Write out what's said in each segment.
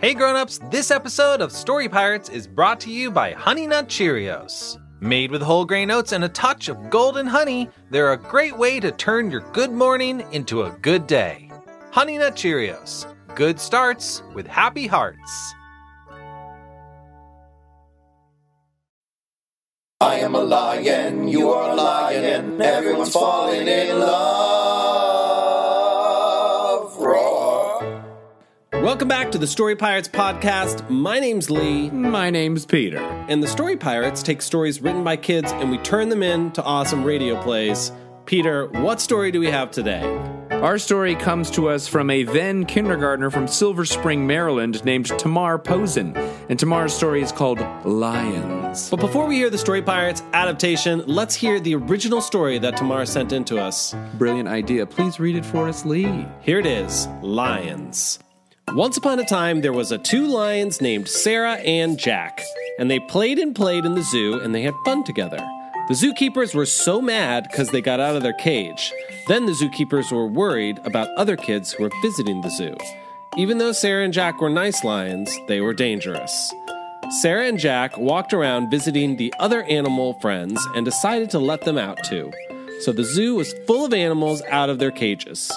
Hey grown-ups, this episode of Story Pirates is brought to you by Honey Nut Cheerios. Made with whole grain oats and a touch of golden honey, they're a great way to turn your good morning into a good day. Honey Nut Cheerios. Good starts with happy hearts. I am a lion, you are a lion, everyone's falling in love. Roar. Welcome back to the Story Pirates podcast. My name's Lee, My name's Peter. and the Story Pirates take stories written by kids and we turn them into awesome radio plays. Peter, what story do we have today? Our story comes to us from a then kindergartner from Silver Spring, Maryland, named Tamar Posen. And Tamar's story is called Lions. But before we hear the Story Pirates adaptation, let's hear the original story that Tamar sent in to us. Brilliant idea. Please read it for us, Lee. Here it is Lions. Once upon a time, there was a two lions named Sarah and Jack, and they played and played in the zoo and they had fun together. The zookeepers were so mad because they got out of their cage. Then the zookeepers were worried about other kids who were visiting the zoo. Even though Sarah and Jack were nice lions, they were dangerous. Sarah and Jack walked around visiting the other animal friends and decided to let them out too. So the zoo was full of animals out of their cages.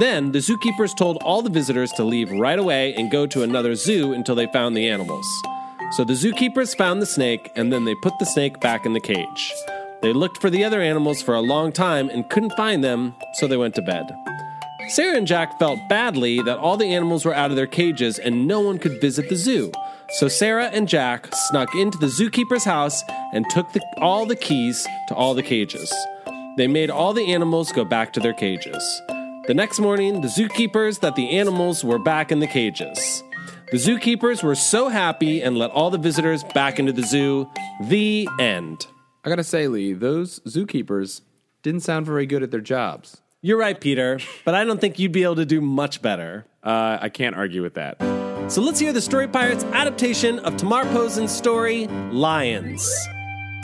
Then the zookeepers told all the visitors to leave right away and go to another zoo until they found the animals. So the zookeepers found the snake and then they put the snake back in the cage. They looked for the other animals for a long time and couldn't find them, so they went to bed. Sarah and Jack felt badly that all the animals were out of their cages and no one could visit the zoo. So Sarah and Jack snuck into the zookeeper's house and took the, all the keys to all the cages. They made all the animals go back to their cages. The next morning, the zookeepers that the animals were back in the cages. The zookeepers were so happy and let all the visitors back into the zoo. The end. I gotta say, Lee, those zookeepers didn't sound very good at their jobs. You're right, Peter, but I don't think you'd be able to do much better. Uh, I can't argue with that. So let's hear the Story Pirates adaptation of Tamar Posen's story, Lions.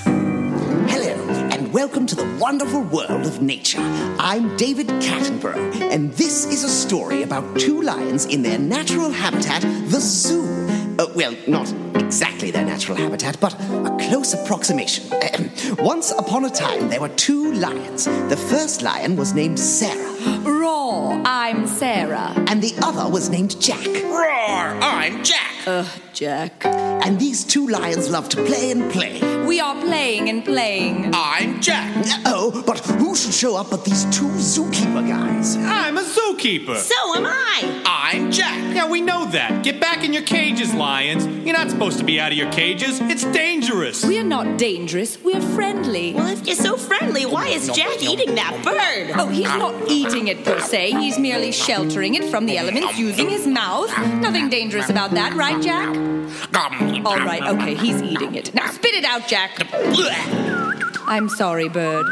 Hello, and welcome to the wonderful world of nature. I'm David Cattenborough, and this is a story about two lions in their natural habitat, the zoo. Uh, well, not exactly their natural habitat, but a close approximation. Ahem. Once upon a time, there were two lions. The first lion was named Sarah, Roar, I'm Sarah. and the other was named Jack. Roar, I'm Jack. Ugh, Jack. And these two lions loved to play and play. We are playing and playing. I'm Jack. Oh, but who should show up but these two zookeeper guys? I'm a zookeeper. So am I. I'm Jack. yeah, we know that. Get back in your cages, lions. You're not supposed to be out of your cages. It's dangerous. We are not dangerous, we are friendly. Well, if you're so friendly, why is Jack eating that bird? Oh, he's not eating it per se, he's merely sheltering it from the elements using his mouth. Nothing dangerous about that, right, Jack? Gum. All right, okay, he's eating it. Now spit it out, Jack. Blech. I'm sorry, bird.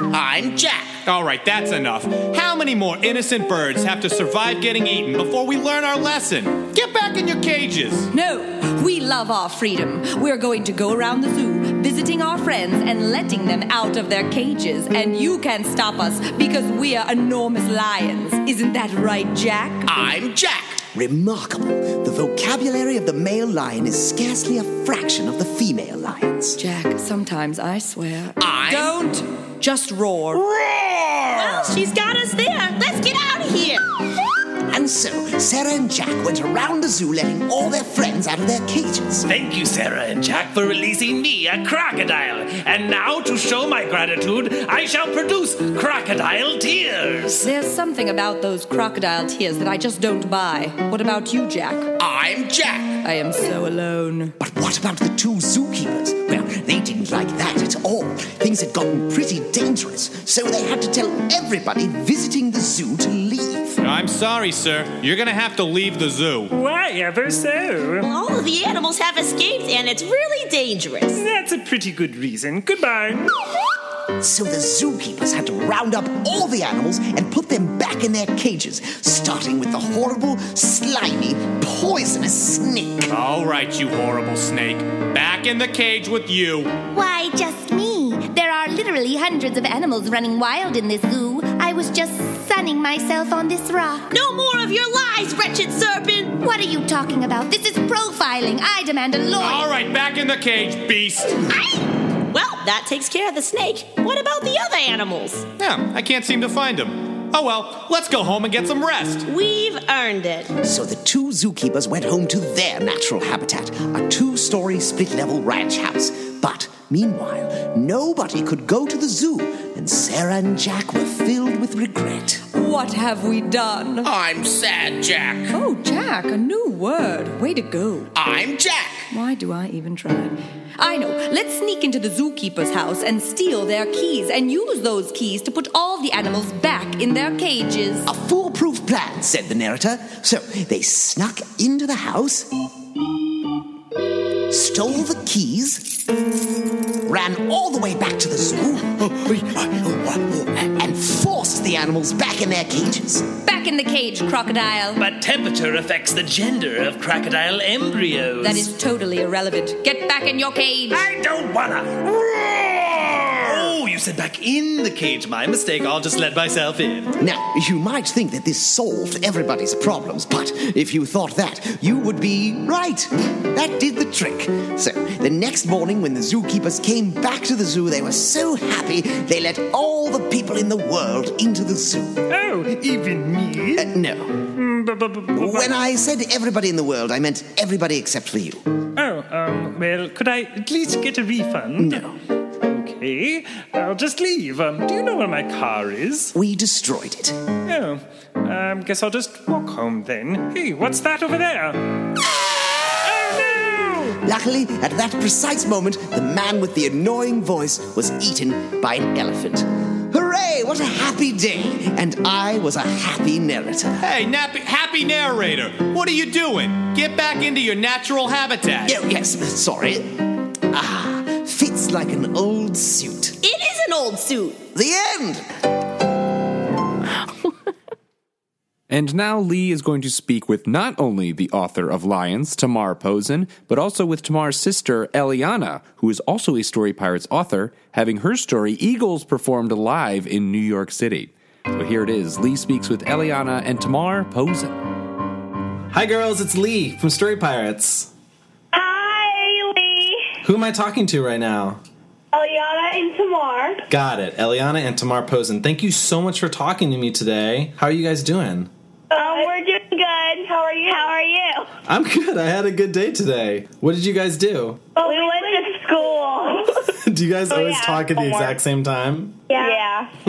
I'm Jack. All right, that's enough. How many more innocent birds have to survive getting eaten before we learn our lesson? Get back in your cages. No, we love our freedom. We're going to go around the zoo, visiting our friends and letting them out of their cages. And you can't stop us because we are enormous lions. Isn't that right, Jack? I'm Jack. Remarkable. The vocabulary of the male lion is scarcely a fraction of the female lion's. Jack, sometimes I swear. I'm- Don't! Just roar. Roar. Well, she's got us there. Let's get out of here. And so, Sarah and Jack went around the zoo letting all their friends out of their cages. Thank you, Sarah and Jack, for releasing me, a crocodile. And now, to show my gratitude, I shall produce crocodile tears. There's something about those crocodile tears that I just don't buy. What about you, Jack? I'm Jack. I am so alone. But what about the two zookeepers? Well, they didn't like that at all. Things had gotten pretty dangerous, so they had to tell everybody visiting the zoo to leave. I'm sorry, sir. You're gonna have to leave the zoo. Why ever so? Well, all of the animals have escaped, and it's really dangerous. That's a pretty good reason. Goodbye. So the zookeepers had to round up all the animals and put them back in their cages, starting with the horrible, slimy, poisonous snake. All right, you horrible snake. Back in the cage with you. Why, just me. There are literally hundreds of animals running wild in this zoo. I was just sunning myself on this rock. No more of your lies, wretched serpent! What are you talking about? This is profiling. I demand a lawyer. Oh, All right, back in the cage, beast. Aye. Well, that takes care of the snake. What about the other animals? Yeah, I can't seem to find him. Oh well, let's go home and get some rest. We've earned it. So the two zookeepers went home to their natural habitat, a two story split level ranch house. But meanwhile, nobody could go to the zoo, and Sarah and Jack were filled with regret. What have we done? I'm sad, Jack. Oh, Jack, a new word. Way to go. I'm Jack. Why do I even try? I know. Let's sneak into the zookeeper's house and steal their keys and use those keys to put all the animals back in their cages. A foolproof plan, said the narrator. So they snuck into the house, stole the keys, ran all the way back to the zoo, and forced the animals back in their cages. Back in the cage, crocodile. But temperature affects the gender of crocodile embryos. That is totally irrelevant. Get back in your cage. I don't wanna. Oh, you said back in the cage. My mistake. I'll just let myself in. Now, you might think that this solved everybody's problems, but if you thought that, you would be right. That did the trick. So, the next morning when the zookeepers came back to the zoo, they were so happy they let all the people in the world into the zoo. Oh, even me? Uh, no. Mm, When I said everybody in the world, I meant everybody except for you. Oh, um, well, could I at least get a refund? No. Okay, I'll just leave. Um, do you know where my car is? We destroyed it. Oh, um, guess I'll just walk home then. Hey, what's that over there? oh Luckily, at that precise moment, the man with the annoying voice was eaten by an elephant. Hooray! What a happy day! And I was a happy narrator. Hey, nappy, happy narrator, what are you doing? Get back into your natural habitat. Oh, yes, sorry. Ah, fits like an old suit. It is an old suit. The end! And now Lee is going to speak with not only the author of Lions, Tamar Posen, but also with Tamar's sister, Eliana, who is also a Story Pirates author, having her story Eagles performed live in New York City. So here it is. Lee speaks with Eliana and Tamar Posen. Hi, girls. It's Lee from Story Pirates. Hi, Lee. Who am I talking to right now? Eliana and Tamar. Got it. Eliana and Tamar Posen. Thank you so much for talking to me today. How are you guys doing? Um, we're doing good. How are you? How are you? I'm good. I had a good day today. What did you guys do? Well, we went to school. Oh, do you guys always yeah, talk at the homework. exact same time? Yeah.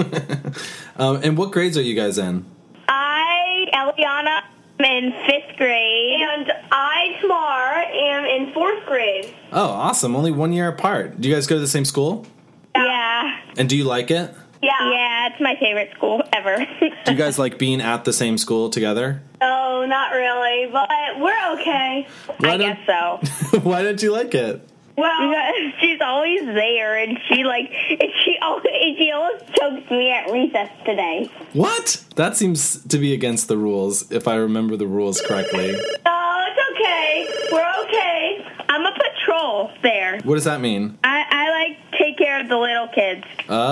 Um, and what grades are you guys in? I, Eliana, am in fifth grade. And I, Tamar, am in fourth grade. Oh, awesome. Only one year apart. Do you guys go to the same school? Yeah. And do you like it? Yeah. Yeah, it's my favorite school ever. Do you guys like being at the same school together? oh, not really, but we're okay. Why I don't- guess so. Why don't you like it? Well, she's always there, and she like, and she always, and she always choked me at recess today. What? That seems to be against the rules, if I remember the rules correctly. Oh, it's okay. We're okay. I'm a patrol there. What does that mean? I, I like take care of the little kids.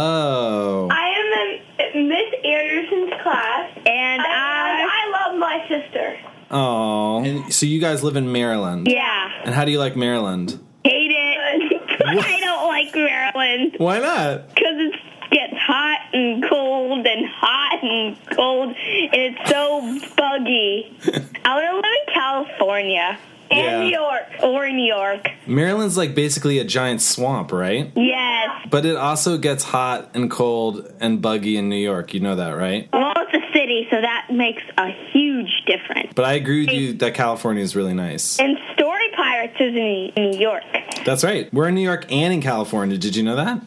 Oh. I am in Miss Anderson's class, and I I, love my sister. Oh. And so you guys live in Maryland. Yeah, And how do you like Maryland? hate it. I don't like Maryland Why not? because it gets hot and cold and hot and cold, and it's so buggy. I want to live in California. And Yeah. New York. Or New York. Maryland's like basically a giant swamp, right? Yes. But it also gets hot and cold and buggy in New York. You know that, right? Well, it's a city, so that makes a huge difference. But I agree with you that California is really nice. And Story Pirates is in New York. That's right. We're in New York and in California. Did you know that?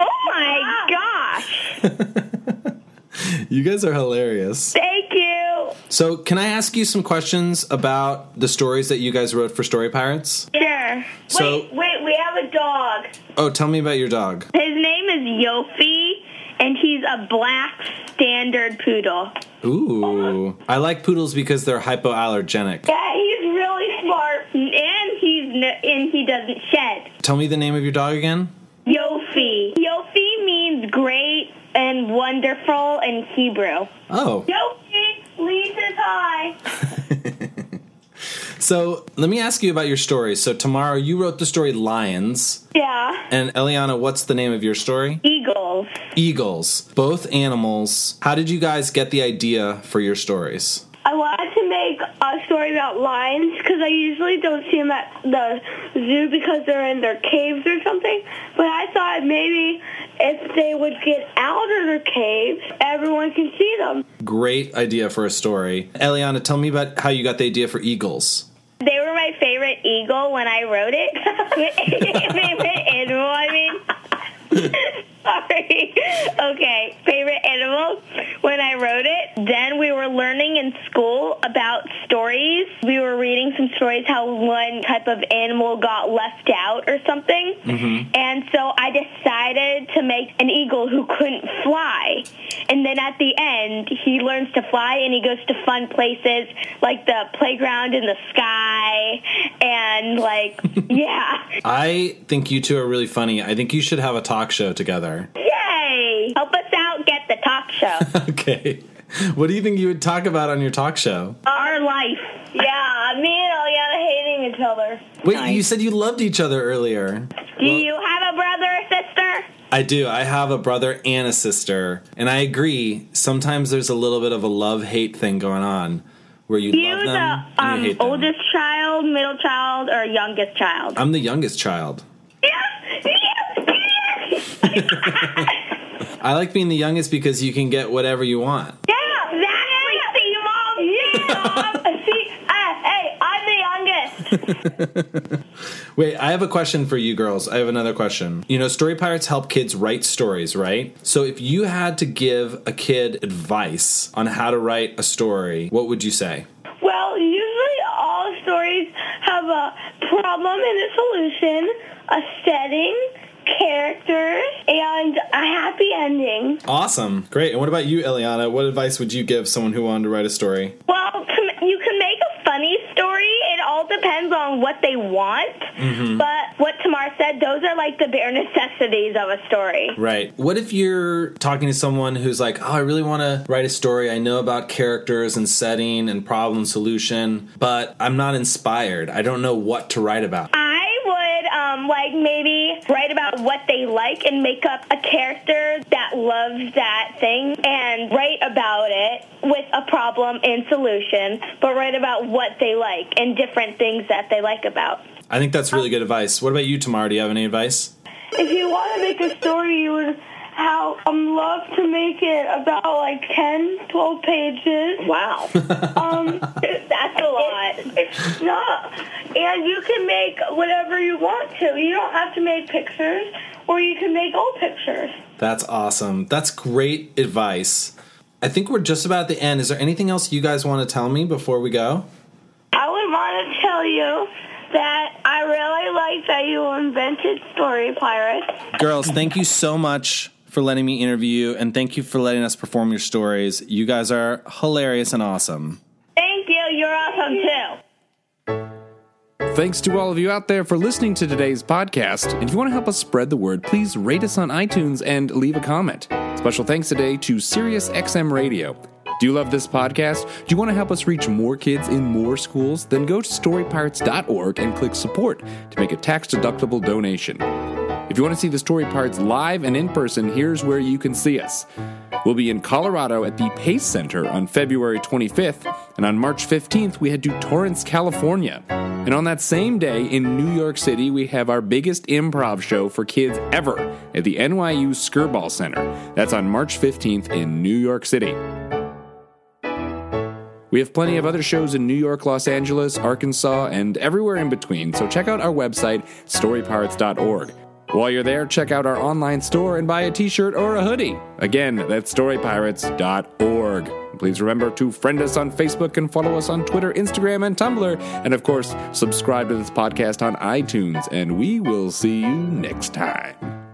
Oh my gosh! You guys are hilarious. Thank you. So, can I ask you some questions about the stories that you guys wrote for Story Pirates? Sure. So- wait, wait, we have a dog. Oh, tell me about your dog. His name is Yofi, and he's a black standard poodle. Ooh. I like poodles because they're hypoallergenic. Yeah, he's really smart, and he's n- and he doesn't shed. Tell me the name of your dog again. Yofi. Yofi means great and one wonderful in Hebrew. Oh. Yo, kids, lead is high. So let me ask you about your story. So tomorrow you wrote the story Lions, Yeah. and Eliana, what's the name of your story? Eagles. Eagles. Both animals. How did you guys get the idea for your stories? I wanted to make a story about lions because I usually don't see them at the zoo because they're in their caves or something. But I thought maybe if they would get out of their caves, everyone can see them. Great idea for a story. Eliana, tell me about how you got the idea for Eagles. They were my favorite eagle when I wrote it. favorite animal, I mean. Sorry. Okay, favorite animal when I wrote it. Then we were learning in school about stories. We were reading some stories how one type of animal got left out or something. Mm-hmm. And so I decided to make an eagle who couldn't fly. And then at the end, he learns to fly and he goes to fun places like the playground in the sky and like, yeah. I think you two are really funny. I think you should have a talk show together. Yay! Help us out, get the talk show. Okay. What do you think you would talk about on your talk show? Our life. Yeah, me and Eliana hating each other. Wait, you said you loved each other earlier. Do you have a brother or sister? I do. I have a brother and a sister, and I agree. Sometimes there's a little bit of a love hate thing going on, where you You love the them and you um, hate them. oldest child, middle child, or youngest child? I'm the youngest child. I like being the youngest because you can get whatever you want. Yeah, that is the mom. Yeah, I'm, see, uh, hey, I'm the youngest. Wait, I have a question for you girls. I have another question. You know, story pirates help kids write stories, right? So if you had to give a kid advice on how to write a story, what would you say? Well, usually all stories have a problem and a solution, a setting, characters, and a happy ending. Awesome. Great. And what about you, Eliana? What advice would you give someone who wanted to write a story? Well, com- you can make a funny story. It all depends on what they want. Mhm. But what Tamar said, those are like the bare necessities of a story. Right. What if you're talking to someone who's like, oh, I really want to write a story. I know about characters and setting and problem solution, but I'm not inspired. I don't know what to write about. I would um, like maybe write about what they like and make up a character that loves that thing and write about it with a problem and solution, but write about what they like and different things that they like about. I think that's Uh-huh. really good advice. What about you, Tamara? Do you have any advice? If you want to make a story, you would how um love to make it about like 10, 12 pages. Wow. um that's a lot. it's not. And you can make whatever you want to. You don't have to make pictures or you can make old pictures. That's awesome. That's great advice. I think we're just about at the end. Is there anything else you guys want to tell me before we go? I would want to tell you that I really like that you invented story pirates. Girls, thank you so much for letting me interview you and thank you for letting us perform your stories. You guys are hilarious and awesome. Thank you. You're awesome too. Thanks to all of you out there for listening to today's podcast. And if you want to help us spread the word, please rate us on iTunes and leave a comment. Special thanks today to SiriusXM Radio. Do you love this podcast? Do you want to help us reach more kids in more schools? Then go to storypirates.org and click support to make a tax deductible donation. If you want to see the Story Pirates live and in person, here's where you can see us. We'll be in Colorado at the Pace Center on February 25th, and on March 15th, we head to Torrance, California. And on that same day in New York City, we have our biggest improv show for kids ever at the NYU Skirball Center. That's on March 15th in New York City. We have plenty of other shows in New York, Los Angeles, Arkansas, and everywhere in between, so check out our website, storypirates.org. While you're there, check out our online store and buy a t shirt or a hoodie. Again, that's storypirates.org. Please remember to friend us on Facebook and follow us on Twitter, Instagram, and Tumblr. And of course, subscribe to this podcast on iTunes, and we will see you next time.